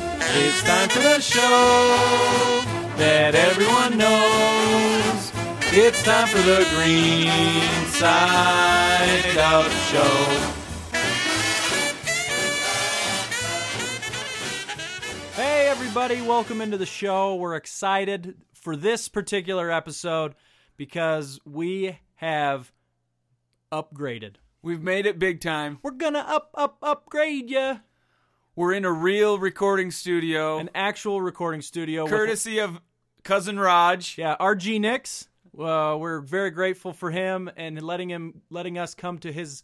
it's time for the show that everyone knows. It's time for the Green Side Out Show. Hey, everybody, welcome into the show. We're excited for this particular episode because we have upgraded. We've made it big time. We're gonna up, up, upgrade ya. We're in a real recording studio, An actual recording studio. with- courtesy of cousin Raj. Yeah, RG Nix. Uh, we're very grateful for him and letting him letting us come to his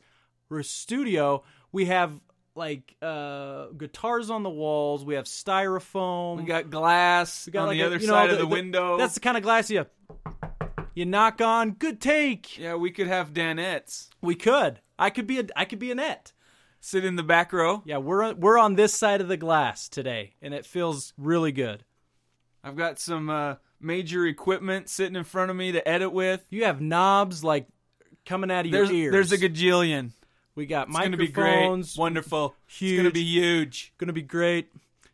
r- studio. We have like uh, guitars on the walls. We have styrofoam. We got glass We got, on like, the a- other you know, side of the, window. That's the kind of glass you you knock on. Good take. yeah, we could have Danettes We could. I could be a. I could be a net. sit in the back row. Yeah, we're on, we're on this side of the glass today, and it feels really good. I've got some uh, major equipment sitting in front of me to edit with. You have knobs like coming out of There's, your ears. there's a gajillion. we got It's gonna be great. microphones. Wonderful. It's gonna Huge. be huge. going to be great.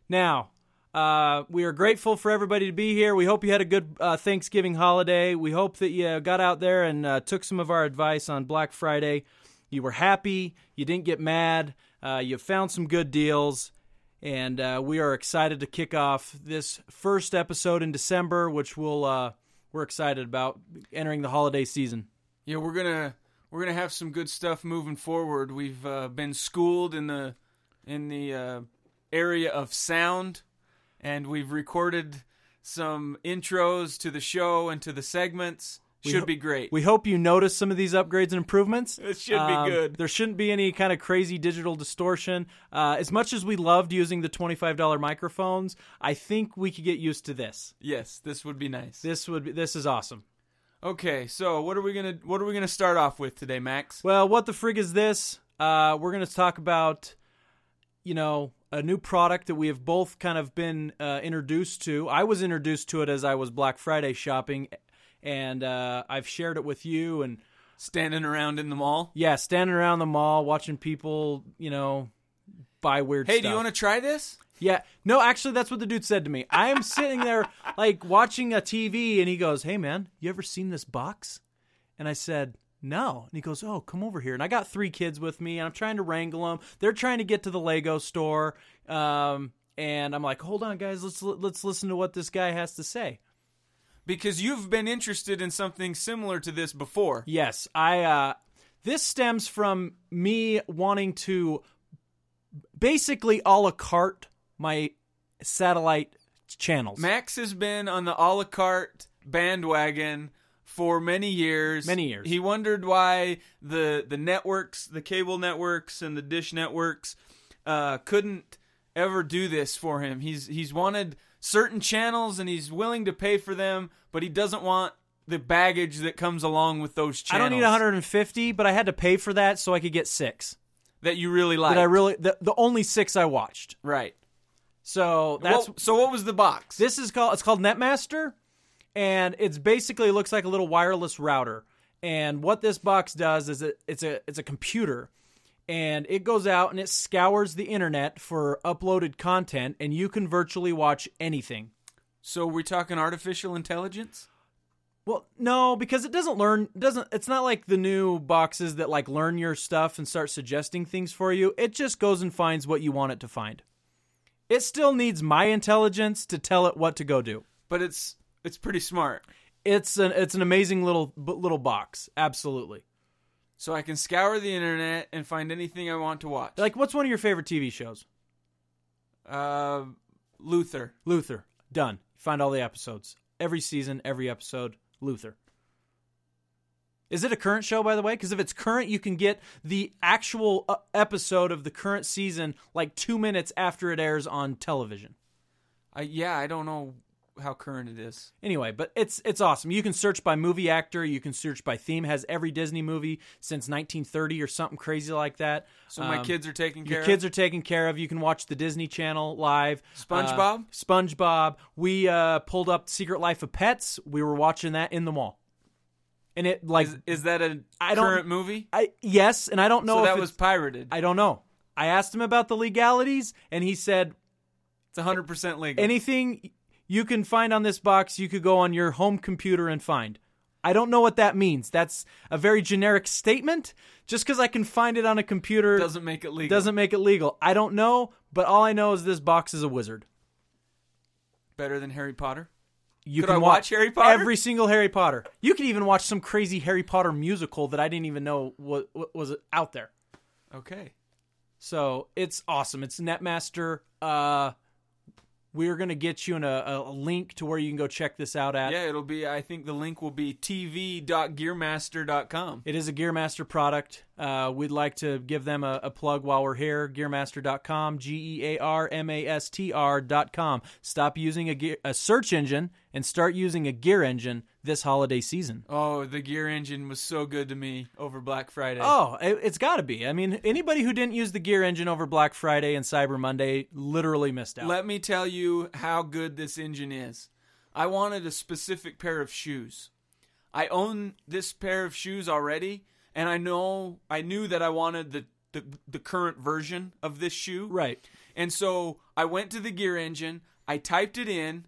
Now, uh, we are grateful for everybody to be here. We hope you had a good uh, Thanksgiving holiday. We hope that you got out there and uh, took some of our advice on Black Friday. You were happy. You didn't get mad. Uh, you found some good deals. And uh, we are excited to kick off this first episode in December, which we'll, uh, we're excited about entering the holiday season. Yeah, we're gonna we're gonna have some good stuff moving forward. We've uh, been schooled in the in the uh, area of sound, and we've recorded some intros to the show and to the segments. Should ho- be great. We hope you notice some of these upgrades and improvements. Um, It should be good. There shouldn't be any kind of crazy digital distortion. Uh, as much as we loved using the $25 microphones, I think we could get used to this. yes, this would be nice. This would be, this is awesome. Okay, so what are we gonna what are we gonna start off with today, Max? Well, what the frig is this? Uh, we're going to talk about, you know, a new product that we have both kind of been uh, introduced to. I was introduced to it as I was Black Friday shopping, and uh, I've shared it with you and Standing around in the mall. Yeah, standing around the mall watching people, you know, buy weird Hey, stuff. do you want to try this? Yeah. No, actually that's what the dude said to me. I am sitting there like watching a TV and he goes, "Hey man, you ever seen this box?" And I said, "No." And he goes, "Oh, come over here." And I got three kids with me and I'm trying to wrangle them. They're trying to get to the Lego store. Um and I'm like, "Hold on, guys. Let's let's listen to what this guy has to say." Because you've been interested in something similar to this before. Yes, I. Uh, this stems from me wanting to basically a la carte my satellite channels. Max has been on the a la carte bandwagon for many years. Many years. He wondered why the the networks, the cable networks and the dish networks, uh, couldn't ever do this for him. He's he's wanted certain channels and he's willing to pay for them, but he doesn't want the baggage that comes along with those I channels. don't need 150, but I had to pay for that so I could get six. that you really like. That I really the, the only six I watched. right. So that's What- so. What was the box? This is called it's called Netmaster, and it's basically looks like a little wireless router. And what this box does is it, it's a it's a computer, and it goes out and it scours the internet for uploaded content, and you can virtually watch anything. so we're talking artificial intelligence. Well, no, because it doesn't learn doesn't it's not like the new boxes that like learn your stuff and start suggesting things for you. It just goes and finds what you want it to find. It still needs my intelligence to tell it what to go do. But it's it's pretty smart. It's an it's an amazing little b- little box. Absolutely. so I can scour the internet and find anything I want to watch. Like, what's one of your favorite TV shows? uh, Luther. Luther. Done. Find all the episodes. Every season, every episode. Luther. Is it a current show, by the way? Because if it's current, you can get the actual uh, episode of the current season like two minutes after it airs on television. I, yeah, I don't know how current it is. Anyway, but it's it's awesome. You can search by movie actor. You can search by theme. Has every Disney movie since 1930 or something crazy like that. So my Um, kids are taken care Your kids of. are taken care of. You can watch the Disney Channel live. Uh, SpongeBob? SpongeBob. We uh, pulled up Secret Life of Pets. We were watching that in the mall, and it like Is that a I don't- current movie? I yes, and I don't know so if that it's- was pirated. I don't know. I asked him about the legalities, and he said It's 100% legal. Anything you can find on this box, you could go on your home computer and find. I don't know what that means. That's a very generic statement. Just because I can find it on a computer doesn't make it legal. doesn't make it legal. I don't know, but all I know is this box is a wizard. Better than Harry Potter. You Could can I watch Harry Potter? Every single Harry Potter. You could even watch some crazy Harry Potter musical that I didn't even know wa- wa- was out there. Okay. So it's awesome. It's Netmaster. Uh, we're gonna get you in a, a link to where you can go check this out at. Yeah, it'll be. I think the link will be tv.gearmaster.com. It is a Gearmaster product. Uh, we'd like to give them a, a plug while we're here. Gearmaster.com, G E A R M A S T R.com. Stop using a, gear, a search engine and start using a gear engine this holiday season. Oh, the gear engine was so good to me over Black Friday. Oh, it, it's got to be. I mean, anybody who didn't use the gear engine over Black Friday and Cyber Monday literally missed out. Let me tell you how good this engine is. I wanted a specific pair of shoes. I own this pair of shoes already, and I know I knew that I wanted the the, the current version of this shoe. right. And so I went to the gear engine, I typed it in,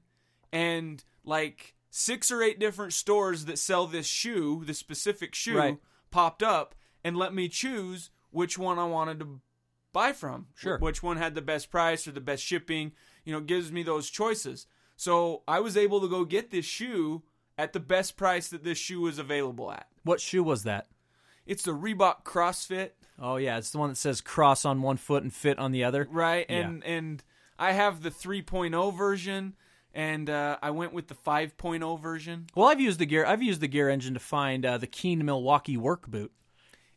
and like six or eight different stores that sell this shoe, this specific shoe, Right. popped up and let me choose which one I wanted to buy from. Sure. Which one had the best price or the best shipping, you know, gives me those choices. So I was able to go get this shoe at the best price that this shoe was available at. What shoe was that? It's the Reebok CrossFit Oh, yeah. It's the one that says cross on one foot and fit on the other. right and and i have the 3.0 version and uh, i went with the 5.0 version Well, I've used the gear. I've used the gear engine to find uh, the Keen Milwaukee work boot.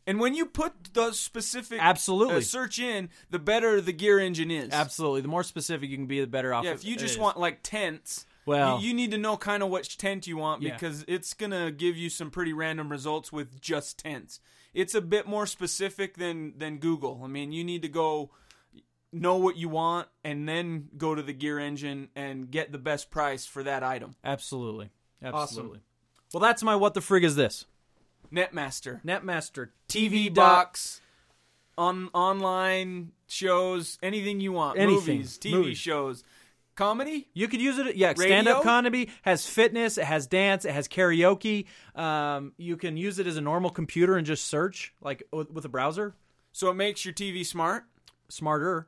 and when you put those specific Absolutely. uh, search in the better the gear engine is Absolutely. The more specific you can be, the better off. yeah if you just want like tents Well- you, you need to know kind of which tent you want Yeah. because it's gonna give you some pretty random results with just tents it's a bit more specific than than google i mean you need to go know what you want and then go to the gear engine and get the best price for that item absolutely, absolutely. Well, that's my what the frig is this netmaster Netmaster TV dot- box, on online shows, anything you want, Anything. movies, TV Movies. shows, comedy. You could use it. Yeah, stand up Radio? comedy has fitness, it has dance, it has karaoke. Um, you can use it as a normal computer and just search like with with a browser. So it makes your TV smart. Smarter,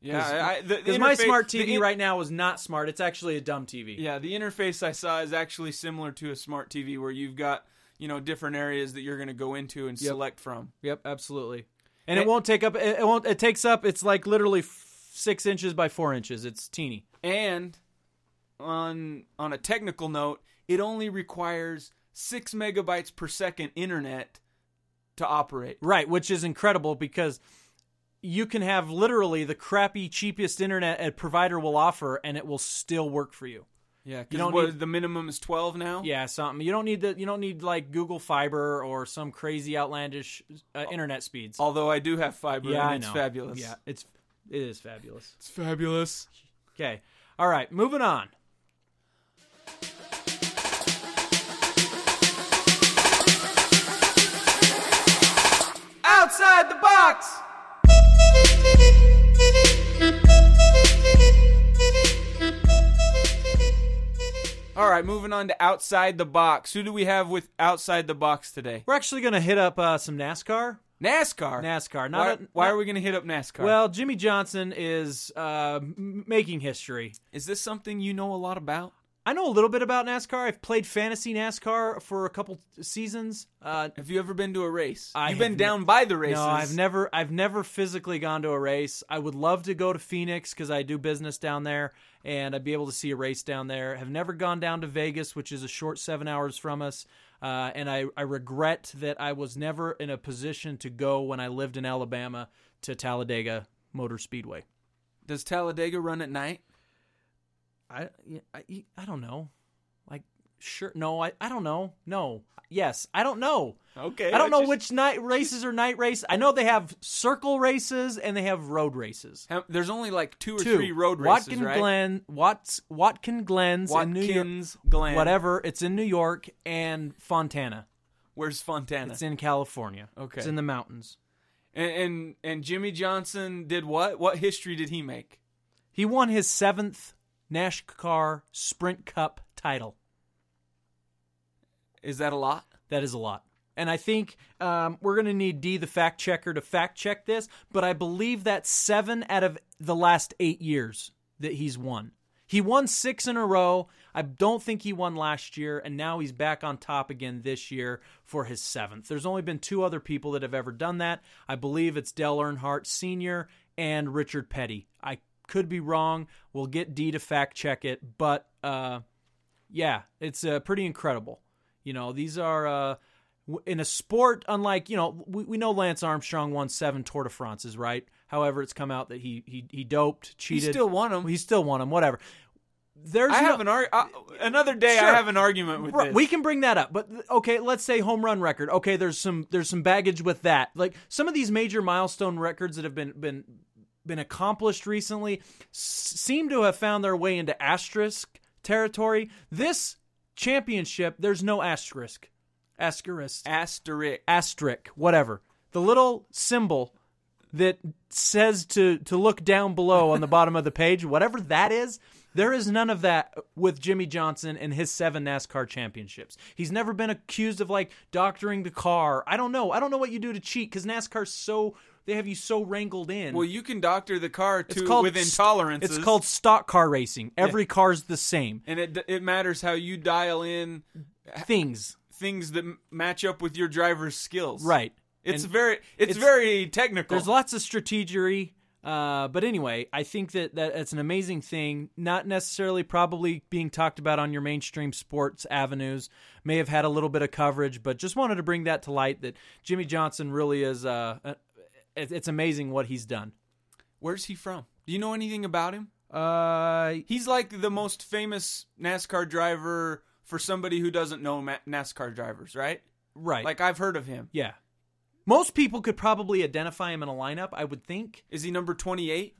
Yeah, I- I- the- the because my interface- smart the TV in- right now is not smart. It's actually a dumb TV. Yeah, the interface I saw is actually similar to a smart TV where you've got you know different areas that you're going to go into and select from. Yep, absolutely. And it, won't take up. It, it won't. It takes up. It's like literally f- six inches by four inches. It's teeny. And on on a technical note, it only requires six megabytes per second internet to operate. Right, which is incredible because you can have literally the crappy cheapest internet a provider will offer, and it will still work for you. Yeah, don't because need- the minimum is twelve now. Yeah, something. You don't need the. You don't need like Google Fiber or some crazy outlandish uh, internet speeds. Although I do have fiber, yeah, and I it's know. fabulous. Yeah, it's it is fabulous. it's fabulous. Okay, all right, moving on. Outside the box. All right, moving on to outside the box. Who do we have with outside the box today? We're actually gonna hit up uh, some NASCAR. NASCAR. NASCAR. Not Why, a- why not- are we going to hit up NASCAR? Well, Jimmy Johnson is uh, m- making history. is this something you know a lot about? I know a little bit about NASCAR. I've played fantasy NASCAR for a couple seasons. Uh, Have you ever been to a race? I have You've been n- down by the races. no, I've never, I've never physically gone to a race. I would love to go to Phoenix because I do business down there, and I'd be able to see a race down there. Have never gone down to Vegas, which is a short seven hours from us, uh, and I, I regret that I was never in a position to go when I lived in Alabama to Talladega Motor Speedway. Does Talladega run at night? I, I, I don't know. Like, sure. No, I, I don't know. No. Yes, I don't know. Okay. I don't know which night races are night race. I know they have circle races and they have road races. How, there's only like two or Two three road races, Watkin right? Glen, Watts, Watkin Glens, in New York, Watkins Glen. whatever. It's in New York and Fontana. Where's Fontana? It's in California. Okay. it's in the mountains. And, and and Jimmy Johnson did what? What history did he make? He won his seventh NASCAR Sprint Cup title. Is that a lot? That is a lot. And I think um, we're going to need D, the fact checker, to fact check this, but I believe that's seven out of the last eight years that he's won. He won six in a row. I don't think he won last year, and now he's back on top again this year for his seventh. There's only been two other people that have ever done that. I believe it's Dell Earnhardt Sr. and Richard Petty. I could be wrong. We'll get D to fact check it, but uh, yeah, it's uh, pretty incredible. You know, these are uh, w- in a sport unlike you know we, we know Lance Armstrong won seven Tour de Frances, right? However, it's come out that he he he doped, He cheated. still won them. he still won them. Whatever. There's I no- have an ar- uh, another day. Sure. I have an argument with Right, this. we can bring that up, but th- okay, let's say home run record. Okay, there's some there's some baggage with that. Like some of these major milestone records that have been been been accomplished recently s- seem to have found their way into asterisk territory. This championship, there's no asterisk, asterisk, asterisk. asterisk, whatever. The little symbol that says to to look down below on the bottom of the page, whatever that is. There is none of that with Jimmy Johnson and his seven NASCAR championships. He's never been accused of like doctoring the car. I don't know. I don't know what you do to cheat because NASCAR's so they have you so wrangled in. Well, you can doctor the car it's to called with st- intolerances. It's called stock car racing. Every car's the same. and it it matters how you dial in Things things that m- match up with your driver's skills. right. It's And- very it's, it's- very technical. There's lots of strategery. Uh, but anyway, I think that, that it's an amazing thing. Not necessarily probably being talked about on your mainstream sports avenues. May have had a little bit of coverage, but just wanted to bring that to light that Jimmy Johnson really is. Uh, uh, it- it's amazing what he's done. Where's he from? Do you know anything about him? Uh, He's like the most famous NASCAR driver for somebody who doesn't know ma- NASCAR drivers, right? right. Like I've heard of him. yeah. Most people could probably identify him in a lineup. I would think. Is he number 28?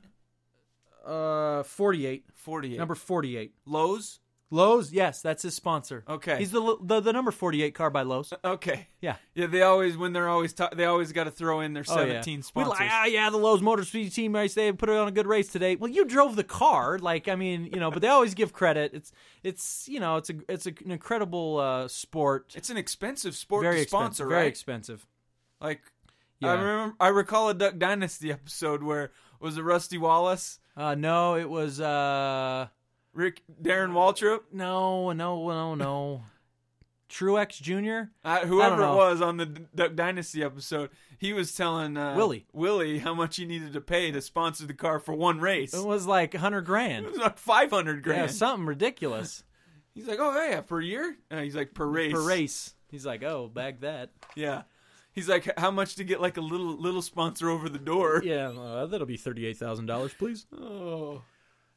Uh, forty-eight. 48. Number forty-eight. Lowe's? Lowe's. Yes, that's his sponsor. Okay. He's the the, the number forty-eight car by Lowe's. okay. Yeah. Yeah, they always when they're always ta- they always got to throw in their Oh, 17 yeah. sponsors. We like, ah, yeah, the Lowe's Motor Speed Team race. They put it on a good race today. Well, you drove the car, like I mean, you know. But they always give credit. It's it's you know, it's a it's an incredible uh, sport. it's an expensive sport very to sponsor, expensive. right? Very expensive. like Yeah. I remember I recall a Duck Dynasty episode where was it Rusty Wallace, Uh, no, it was uh, Rick Darren Waltrip, no, no, no, no. Truex Jr. uh, whoever it know. was on the D- Duck Dynasty episode, he was telling uh, Willie. Willie how much he needed to pay to sponsor the car for one race. It It was like hundred grand. was like Oh. 500 Yeah, grand. something ridiculous he's like, "Oh yeah, per year?" Uh, he's like, "Per race." per race. He's like, oh, bag that. Yeah. He's like, "How much to get like a little little sponsor over the door?" Yeah, uh, that'll be thirty-eight thousand dollars, please. Oh.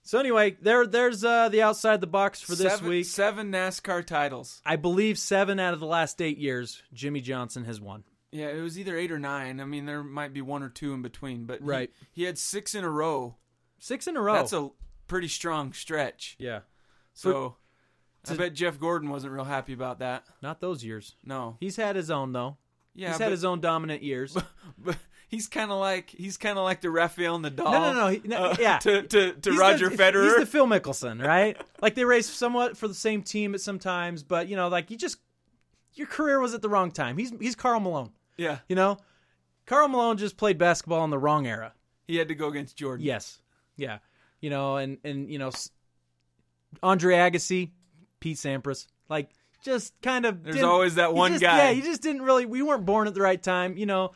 So anyway, there, there's uh, the outside the box for this Seven- week. seven NASCAR titles. I believe seven out of the last eight years, Jimmy Johnson has won. Yeah, it was either eight or nine. I mean, there might be one or two in between, but he- Right. Oh. he, had six in a row. Six in a row. That's a pretty strong stretch. yeah. So I to- bet Jeff Gordon wasn't real happy about that. Not those years. No, He's had his own though. yeah, he's but, had his own dominant years. but he's kind of like he's kind of like the Rafael Nadal. No, no, no, he- no, yeah. Uh, to to, to He's Roger the, Federer. He's the Phil Mickelson, right? like they race somewhat for the same team at some times, but you know, like you just your career was at the wrong time. He's he's Carl Malone. yeah, You know, Carl Malone just played basketball in the wrong era. he had to go against Jordan. Yes. Yeah. You know, and and you know, s- Andre Agassi, Pete Sampras, like just kind of. There's didn't- always that he one just- guy. Yeah, you just didn't really. We weren't born at the right time. You know,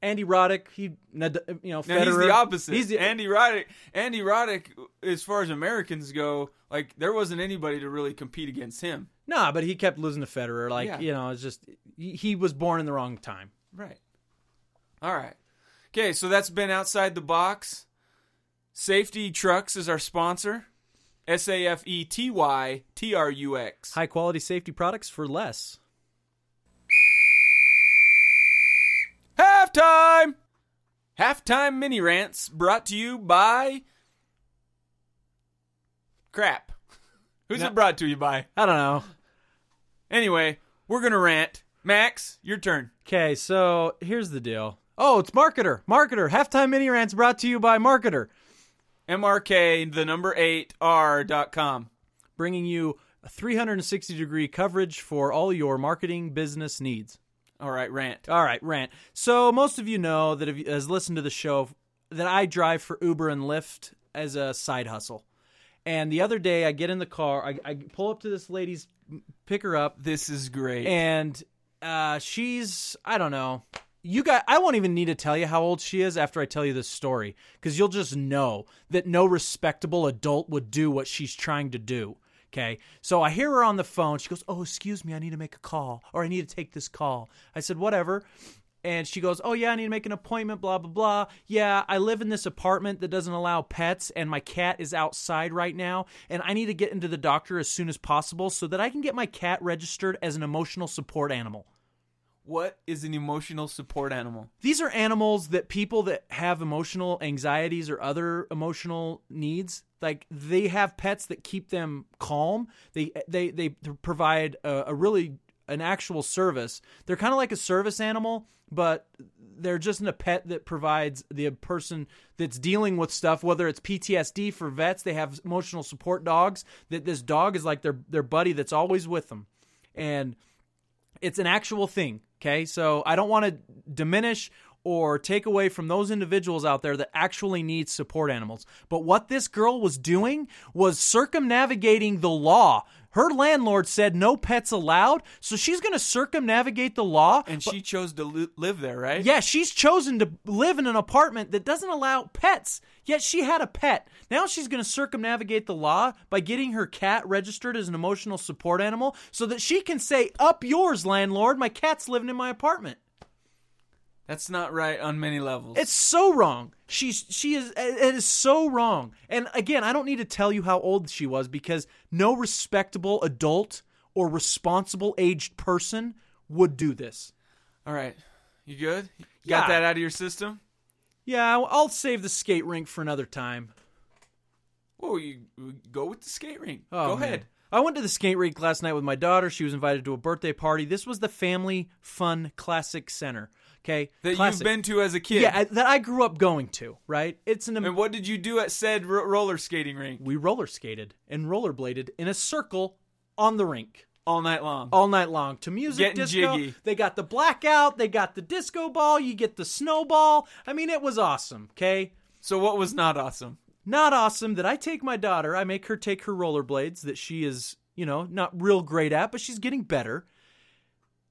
Andy Roddick, he, Nad- you know, No, Federer. he's the opposite. He's the, Andy Roddick. Andy Roddick, as far as Americans go, like there wasn't anybody to really compete against him. nah, but he kept losing to Federer. Like Yeah. you know, it's just he, he was born in the wrong time. Right. All right. Okay, so that's been outside the box. Safety Trucks is our sponsor. S A F E T Y T R U X. High quality safety products for less. Halftime! Halftime mini rants brought to you by. Crap. Who's No. it brought to you by? I don't know. Anyway, we're going to rant. Max, your turn. Okay, so here's the deal. Oh, it's Marketer. Marketer. Halftime mini rants brought to you by Marketer. MRK, the number 8, R.com. bringing you 360 degree coverage for all your marketing business needs. All right, rant. All right, rant. So most of you know that if you, has listened to the show that I drive for Uber and Lyft as a side hustle. And the other day, I get in the car, I, I pull up to this lady's, pick her up, This is great. and uh, she's I don't know. You got. I won't even need to tell you how old she is after I tell you this story, because you'll just know that no respectable adult would do what she's trying to do. Okay. So I hear her on the phone. She goes, "Oh, excuse me, I need to make a call, or I need to take this call." I said, "Whatever." And she goes, "Oh yeah, I need to make an appointment." Blah blah blah. Yeah, I live in this apartment that doesn't allow pets, and my cat is outside right now, and I need to get into the doctor as soon as possible so that I can get my cat registered as an emotional support animal. what is an emotional support animal? These are animals that people that have emotional anxieties or other emotional needs, like they have pets that keep them calm. They they they provide a, a really an actual service. They're kind of like a service animal, but they're just in a pet that provides the person that's dealing with stuff. Whether it's PTSD for vets, they have emotional support dogs. That this dog is like their their buddy that's always with them, and it's an actual thing. Okay, so I don't want to diminish or take away from those individuals out there that actually need support animals. But what this girl was doing was circumnavigating the law. Her landlord said no pets allowed, so she's going to circumnavigate the law. And she chose to li- live there, right? Yeah, she's chosen to live in an apartment that doesn't allow pets. Yet she had a pet. Now she's going to circumnavigate the law by getting her cat registered as an emotional support animal so that she can say, Up yours, landlord. My cat's living in my apartment. That's not right on many levels. It's so wrong. She's she is it is so wrong. And again, I don't need to tell you how old she was because no respectable adult or responsible aged person would do this. All right. You good? You Yeah. got that out of your system? Yeah, I'll save the skate rink for another time. Whoa, you you go with the skate rink. Oh, go man. ahead. I went to the skate rink last night with my daughter. She was invited to a birthday party. This was the Family Fun Classic Center. Okay, That Classic. you've been to as a kid. yeah I, that I grew up going to. Right? It's an and what did you do at said ro- roller skating rink we roller skated and rollerbladed in a circle on the rink all night long? all night long to music Getting disco. jiggy. They got the blackout. They got the disco ball. You get the snowball. I mean, it was awesome. Okay. So what was not awesome? not awesome that I take my daughter, I make her take her rollerblades that she is, you know, not real great at, but she's getting better.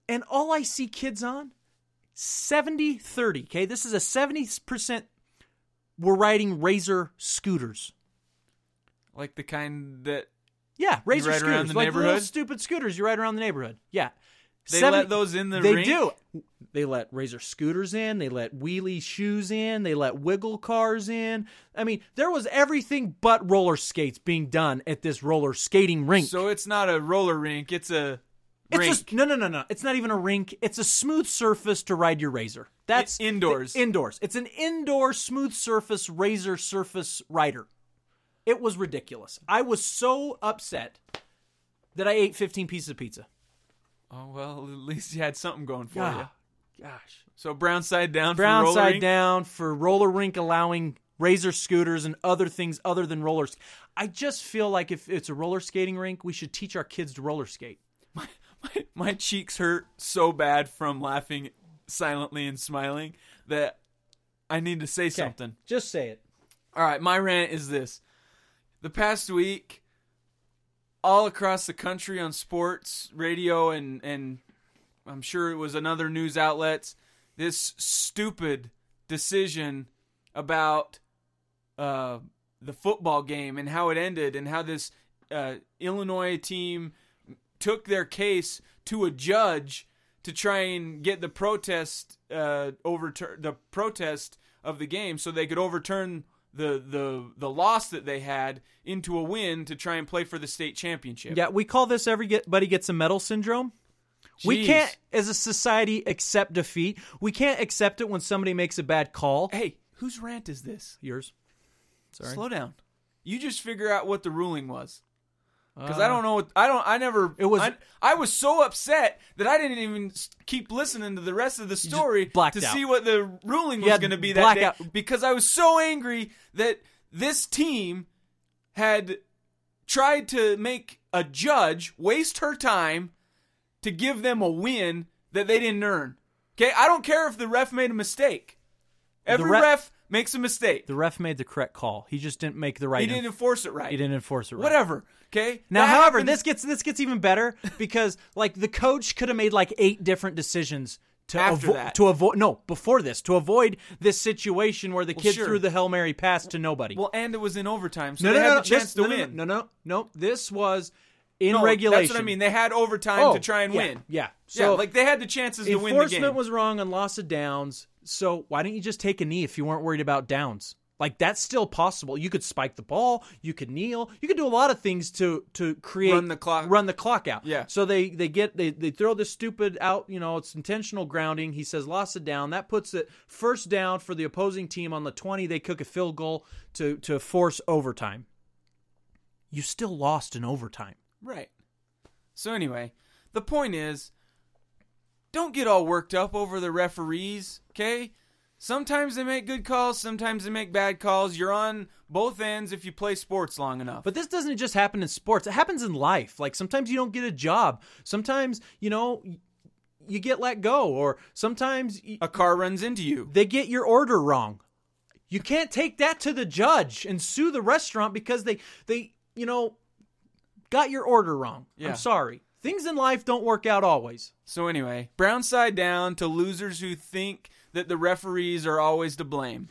And all I see kids on 70 30. Okay, this is a 70% we're riding Razor scooters. Like the kind that Yeah, Razor ride scooters. around the like little neighborhood? stupid scooters you ride around the neighborhood. Yeah. They let those in the They rink? do. They let Razor scooters in, they let wheelie shoes in, they let wiggle cars in. I mean, there was everything but roller skates being done at this roller skating rink. So it's not a roller rink, it's a it's rink. just no no no no. It's not even a rink. It's a smooth surface to ride your razor. That's I- indoors. the- indoors. It's an indoor smooth surface razor surface rider. It was ridiculous. I was so upset that I ate 15 pieces of pizza. oh well, at least you had something going for you. Ah, Gosh. So brown side down for Brown roller side rink? down for roller rink allowing razor scooters and other things other than rollers. I just feel like if it's a roller skating rink, we should teach our kids to roller skate. my, my, my cheeks hurt so bad from laughing silently and smiling that I need to say something. Just say it. All right, my rant is this. The past week, all across the country on sports, radio, and, and I'm sure it was another news outlets, this stupid decision about uh, the football game and how it ended and how this uh, Illinois team took their case to a judge to try and get the protest uh, overturn the protest of the game so they could overturn the the the loss that they had into a win to try and play for the state championship. Yeah, we call this everybody gets a medal syndrome. We Jeez. can't, as a society, accept defeat. We can't accept it when somebody makes a bad call. Hey, whose rant is this? Yours. Sorry. Slow down. You just figure out what the ruling was. Because I don't know. What, I don't. I never. Uh. It was- I, I was so upset that I didn't even s- keep listening to the rest of the story blacked to out. see what the ruling Yeah, was going to be that day. blackout. Because I was so angry that this team had tried to make a judge waste her time to give them a win that they didn't earn. Okay, I don't care if the ref made a mistake. Every ref- ref, makes a mistake. The ref made the correct call. He just didn't make the right. he didn't enforce it right. he didn't enforce it right. Whatever. Okay. Now, That however, happened- this gets this gets even better because like the coach could have made like eight different decisions to After avo- that. to avoid no before this to avoid this situation where the kid sure. threw the hail mary pass to nobody. Well, and it was in overtime, so they had the chance this- to no, no, win. No, no, no, no. This was in No, regulation. That's what I mean. They had overtime Oh, to try and yeah, win. Yeah. So So like they had the chances to win the enforcement game. was wrong on loss of downs. So why don't you just take a knee if you weren't worried about downs? Like that's still possible. You could spike the ball. You could kneel. You could do a lot of things to to create Run the clock- run the clock out. Yeah. So they they get they they throw this stupid out. You know it's intentional grounding. He says loss of down. That puts it first down for the opposing team on the twenty. They cook a field goal to to force overtime. You still lost in overtime. Right. So anyway, the point is don't get all worked up over the referees, okay? Sometimes they make good calls, sometimes they make bad calls. You're on both ends if you play sports long enough. But this doesn't just happen in sports. It happens in life. Like sometimes you don't get a job. Sometimes, you know, you get let go or sometimes y- a car runs into you. they get your order wrong. You can't take that to the judge and sue the restaurant because they they, you know, got your order wrong. Yeah. I'm sorry. Things in life don't work out always. So anyway, brown side down to losers who think that the referees are always to blame.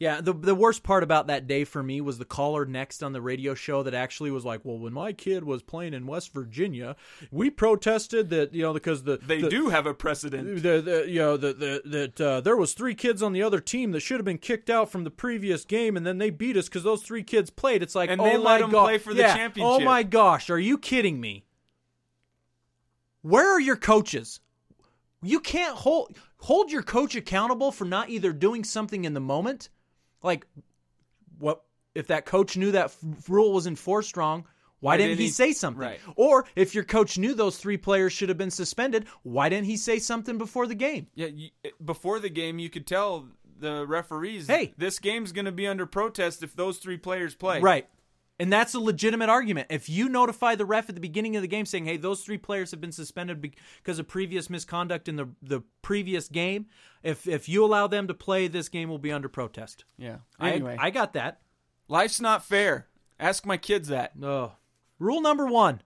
Yeah, the the worst part about that day for me was the caller next on the radio show that actually was like, "Well, when my kid was playing in West Virginia, we protested that you know because the They the, do have a precedent. the, the you know the, the, that uh, there was three kids on the other team that should have been kicked out from the previous game, and then they beat us because those three kids played. It's like, And oh they my let 'em go- play for the yeah. championship. Oh my gosh, are you kidding me? Where are your coaches? You can't hold hold your coach accountable for not either doing something in the moment, like what if that coach knew that f- rule was enforced wrong? Why didn't didn't he he- say something? right. Or if your coach knew those three players should have been suspended, why didn't he say something before the game? Yeah, you, eh, before the game, you could tell the referees, Hey. this game's going to be under protest if those three players play. Right. And that's a legitimate argument. If you notify the ref at the beginning of the game saying, "Hey, those three players have been suspended because of previous misconduct in the the previous game, if if you allow them to play, this game will be under protest." Yeah. I- Anyway, I got that. life's not fair. Ask my kids that. Oh. Rule number 1.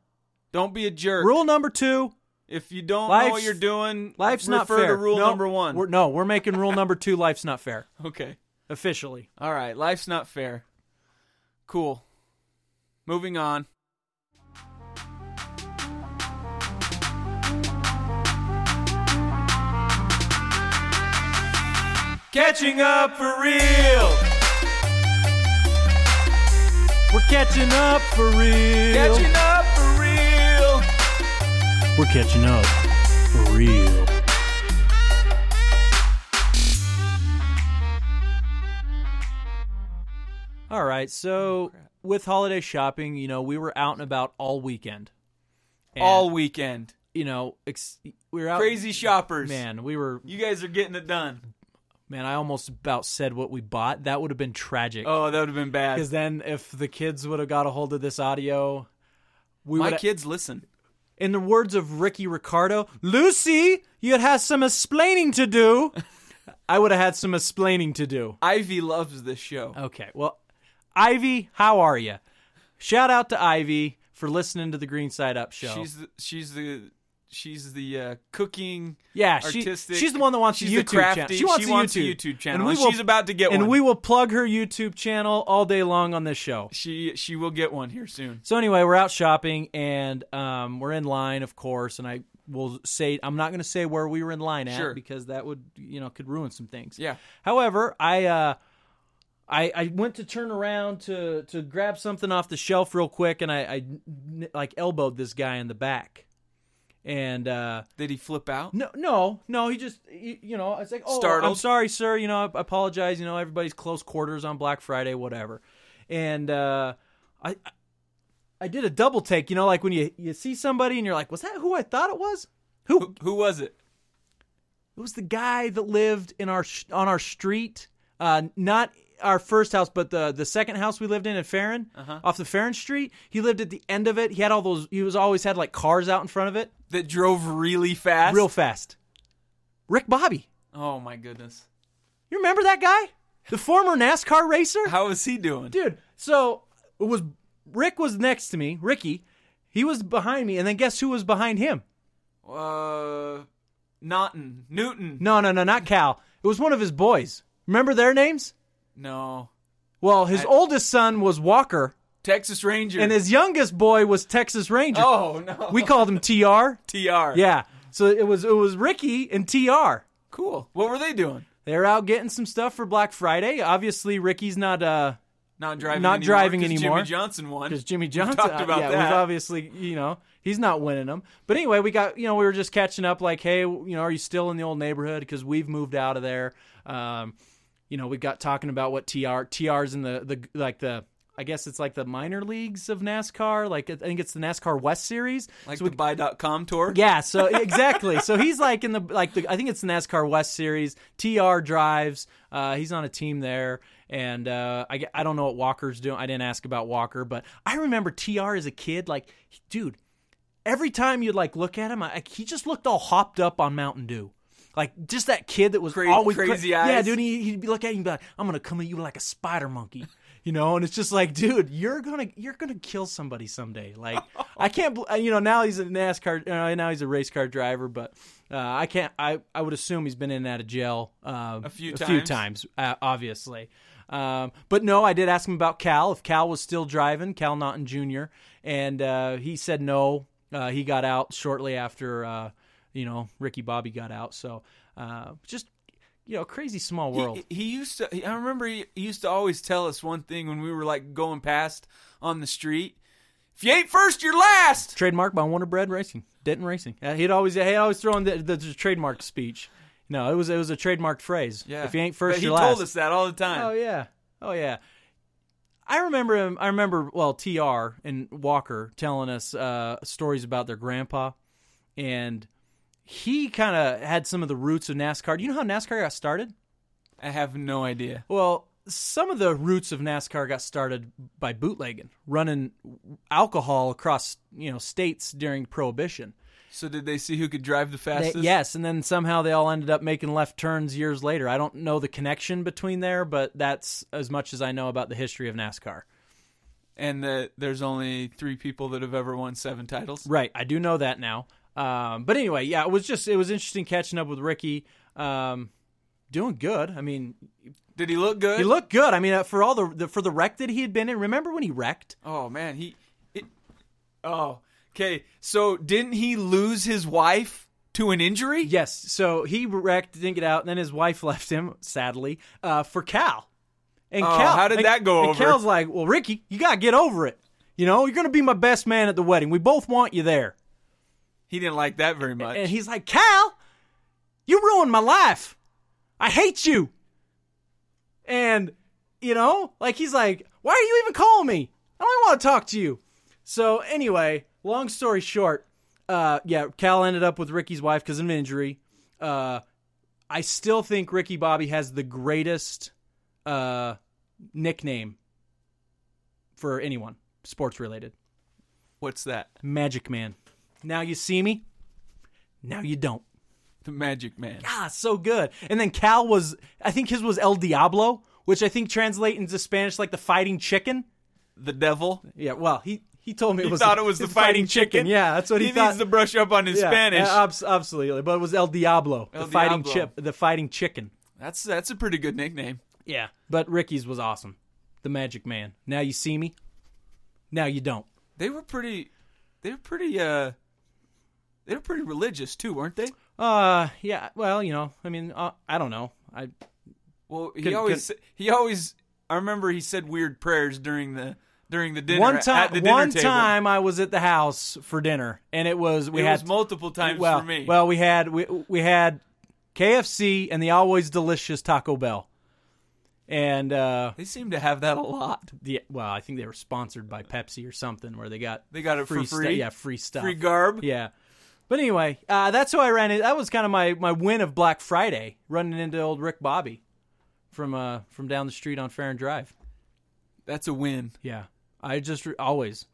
Don't be a jerk. Rule number 2, if you don't know what Life's- you're doing, Life's refer not fair. to rule No, number one. We're, no, we're making rule number two. Life's not fair okay. officially. All right. Life's not fair. Cool. Moving on. Catching up for real. We're catching up for real. Catching up for real. We're catching up for real. All right, so with holiday shopping, you know, we were out and about all weekend. And, All weekend. you know, ex- we were out. Crazy shoppers. man. We were You guys are getting it done. man. I almost about said what we bought. That would have been tragic. Oh, that would have been bad. Because then, if the kids would have got a hold of this audio, we My would. kids listen. in the words of Ricky Ricardo, Lucy, you'd have some explaining to do. I would have had some explaining to do. Ivy loves this show. Okay, well, Ivy, how are you? Shout out to Ivy for listening to the Green Side Up show. She's the, she's the she's the uh, cooking. yeah, she, artistic. she's the one that wants She's the the YouTube channel. crafty- She wants, she the wants a YouTube. YouTube channel, and she's about to get and one. we will plug her YouTube channel all day long on this show. She she will get one here soon. So anyway, we're out shopping and um, we're in line, of course. And I will say I'm not going to say where we were in line at Sure. because that would you know could ruin some things. Yeah. However, I uh, I I went to turn around to to grab something off the shelf real quick, and I, I n- like elbowed this guy in the back, and uh, Did he flip out? no, no, no. He just, you, you know, it's like, oh, I'm Startled. sorry, sir. You know, I apologize. You know, everybody's close quarters on Black Friday, whatever. And uh, I, I- I did a double take. You know, like when you you see somebody and you're like, was that who I thought it was? Who, who was it? It was the guy that lived in our sh- on our street, uh, not our first house, but the the second house we lived in in Farron, off the Farron Street, he lived at the end of it. He had all those. He was always had like cars out in front of it, that drove really fast. real fast. Rick Bobby, oh my goodness, you remember that guy, the former NASCAR racer? how is he doing? dude. So it was Rick was next to me, Ricky. He was behind me, and then guess who was behind him? Uh, Naughton, Newton. No, no, no, not Cal. It was one of his boys. Remember their names? No, Well, his oldest son was Walker, Texas Ranger. and his youngest boy was Texas Ranger. oh no, We called him TR. Tr. Yeah. So it was it was Ricky and TR. cool. What were they doing? They're out getting some stuff for Black Friday. Obviously, Ricky's not uh Not driving. Not anymore, driving 'cause anymore. Jimmy Johnson won. because Jimmy Johnson. uh, talked about yeah, that. We've obviously, you know, he's not winning them. But anyway, we got, you know, we were just catching up. Like, hey, you know, are you still in the old neighborhood? Because we've moved out of there. Um, you know, we got talking about what TR TRs in the the like the. I guess it's like the minor leagues of NASCAR. Like I think it's the NASCAR West Series. like So the buy.com tour. yeah, so exactly. so he's like in the like the I think it's the NASCAR West Series. TR drives. Uh, he's on a team there, and uh, I I don't know what Walker's doing. I didn't ask about Walker, but I remember TR as a kid. Like, dude, every time you'd like look at him, I, he just looked all hopped up on Mountain Dew. Like just that kid that was Cra- always crazy Yeah, eyes. dude, he, he'd be looking at you and be like, "I'm gonna come at you like a spider monkey," you know. And it's just like, dude, you're gonna you're gonna kill somebody someday. Like, I can't, bel- uh, you know. Now he's a NASCAR, uh, now he's a race car driver, but uh, I can't. I I would assume he's been in and out of jail uh, a few few times. times, uh, obviously. Um, but no, I did ask him about Cal if Cal was still driving, Cal Naughton Jr. And uh, he said no. Uh, he got out shortly after uh, you know Ricky Bobby got out. So uh, just you know, crazy small world. He, he used to. He, I remember he he used to always tell us one thing when we were like going past on the street. If you ain't first, you're last. Trademark by Wonder Bread Racing, Denton Racing. Uh, he'd always he'd always throw in the, the, the trademark speech. No, it was it was a trademarked phrase. Yeah. If you ain't But first, he you're told last. us that all the time. Oh yeah. Oh yeah. I remember him. I remember well, Tr and Walker telling us uh, stories about their grandpa, and he kind of had some of the roots of NASCAR. Do you know how NASCAR got started? I have no idea. Well, some of the roots of NASCAR got started by bootlegging, running alcohol across you know states during Prohibition. So did they see who could drive the They- fastest? yes, and then somehow they all ended up making left turns years later. I don't know the connection between there, but that's as much as I know about the history of NASCAR. And that there's only three people that have ever won seven titles. Right, I do know that now. Um, but anyway, yeah, it was just it was interesting catching up with Ricky. Um, doing good. I mean, Did he look good? he looked good. I mean, uh, for all the, the for the wreck that he had been in. Remember when he wrecked? oh man, he. It, oh, okay. So didn't he lose his wife to an injury? Yes. So he wrecked, didn't get out, and then his wife left him sadly uh, for Cal. And Oh, Cal, how did and- that go and over? Cal's like, "Well, Ricky, you gotta get over it. You know, you're gonna be my best man at the wedding. We both want you there." He didn't like that very much. And he's like, Cal, you ruined my life. I hate you. And, you know, like he's like, why are you even calling me? I don't even want to talk to you. So, anyway, long story short, uh, yeah, Cal ended up with Ricky's wife because of an injury. Uh, I still think Ricky Bobby has the greatest uh, nickname for anyone sports related What's that? Magic Man. Now you see me, now you don't. The Magic Man. ah, so good. And then Cal was, I think his was El Diablo, which I think translates into Spanish like the fighting chicken. The Devil. Yeah, well, he he told me it He was thought it was the fighting, chicken. Yeah, that's what he, he thought. needs to brush up on his Yeah, uh, Spanish. yeah, abs- absolutely, but it was El Diablo, El the fighting Diablo. chip, the fighting chicken. that's that's a pretty good nickname. Yeah, but Ricky's was awesome, the Magic Man. Now you see me, now you don't. They were pretty. They were pretty. uh They were pretty religious too, weren't they? Uh, yeah. Well, you know, I mean, uh, I don't know. I Well, he Could- always he always. I remember he said weird prayers during the during the dinner. one at time, the dinner one table. time I was at the house for dinner, and it was we It had was multiple times well, for me. Well, we had we we had KFC and the always delicious Taco Bell, and uh, they seem to have that a lot. the well, I think they were sponsored by Pepsi or something, where they got They got it free for free. stu- yeah, free stuff, free garb. yeah. But anyway, uh, that's who I ran into. That was kind of my my win of Black Friday, running into old Rick Bobby from uh from down the street on Farron Drive. That's a win. Yeah, I just re- always,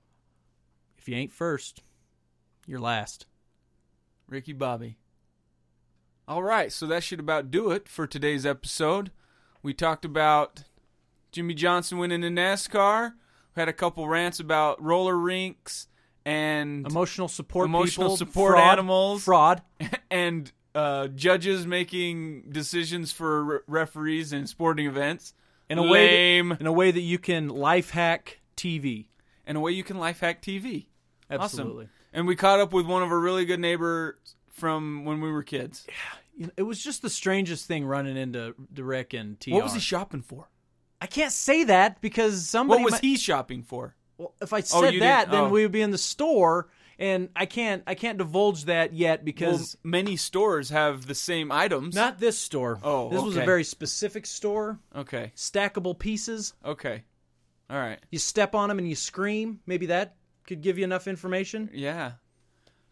if you ain't first, you're last. Ricky Bobby. All right, so that should about do it for today's episode. We talked about Jimmy Johnson winning in NASCAR. We had a couple rants about roller rinks and Emotional support, Emotional people, support fraud, animals. fraud. and uh, judges making decisions for re- referees in sporting events. in a way Lame. That, in a way that you can life hack TV. and a way you can life hack TV. Absolutely. Awesome. And we caught up with one of our really good neighbors from when we were kids. You know, it was just the strangest thing running into the Rick and TR. What was he shopping for? I can't say that because What somebody was might- he shopping for? Well, if I Oh, you said didn't- that, then oh. we would be in the store, and I can't I can't divulge that yet Well, because many stores have the same items. not this store. Oh, this was a okay. very specific store. okay. Stackable pieces. Okay. All right. You step on them and you scream. Maybe that could give you enough information. Yeah.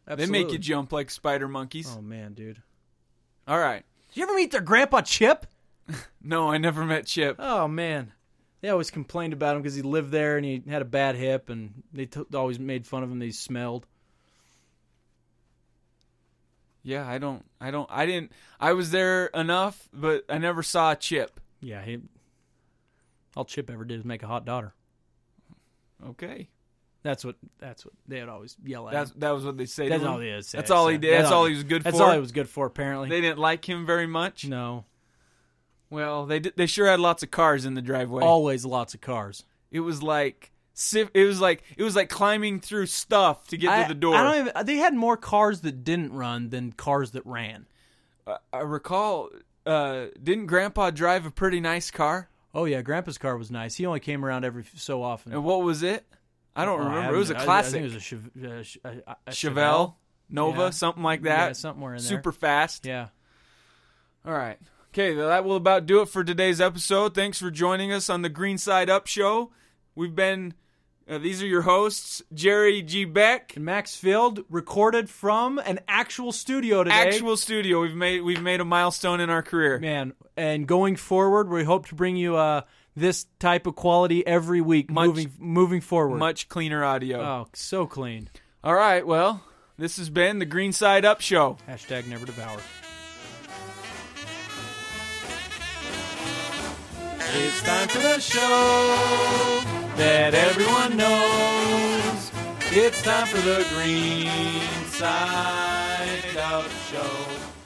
Absolutely. They make you jump like spider monkeys. Oh man, dude. All right. Did you ever meet their grandpa Chip? No, I never met Chip. Oh man, they always complained about him because he lived there and he had a bad hip, and they t- always made fun of him. That he smelled. Yeah, I don't I don't I didn't I was there enough, but I never saw Chip. Yeah, he, all Chip ever did was make a hot daughter. Okay. That's what. That's what they would always yell at. That's him. that was what they say. That's to him. all he is. That's all he did. That's all he was good That's for. all he was good for. Apparently, They didn't like him very much. no. Well, they did, they sure had lots of cars in the driveway. Always lots of cars. It was like siv- it was like it was like climbing through stuff to get I, to the door. I don't even. They had more cars that didn't run than cars that ran. I- I recall uh didn't grandpa drive a pretty nice car? Oh yeah, Grandpa's car was nice. He only came around every so often. And what was it? I don't Oh, I remember. haven't- It was a I- I classic. think it was a Chev- uh, sh- a- a Chevelle, Chevelle. Nova, Yeah. something like that. Yeah, somewhere in there. Super fast. Yeah. All right. Okay, well, that will about do it for today's episode. Thanks for joining us on the Green Side Up show. We've been uh, these are your hosts, Jerry G Beck. And Maxfield recorded from an actual studio today. Actual studio. We've made we've made a milestone in our career. man. And going forward, we hope to bring you uh, this type of quality every week. Much- moving moving forward. Much cleaner audio. oh, so clean. All right, well, this has been the Green Side Up show. Hashtag never devour. It's time for the show that everyone knows. It's time for the Green Side Up Show.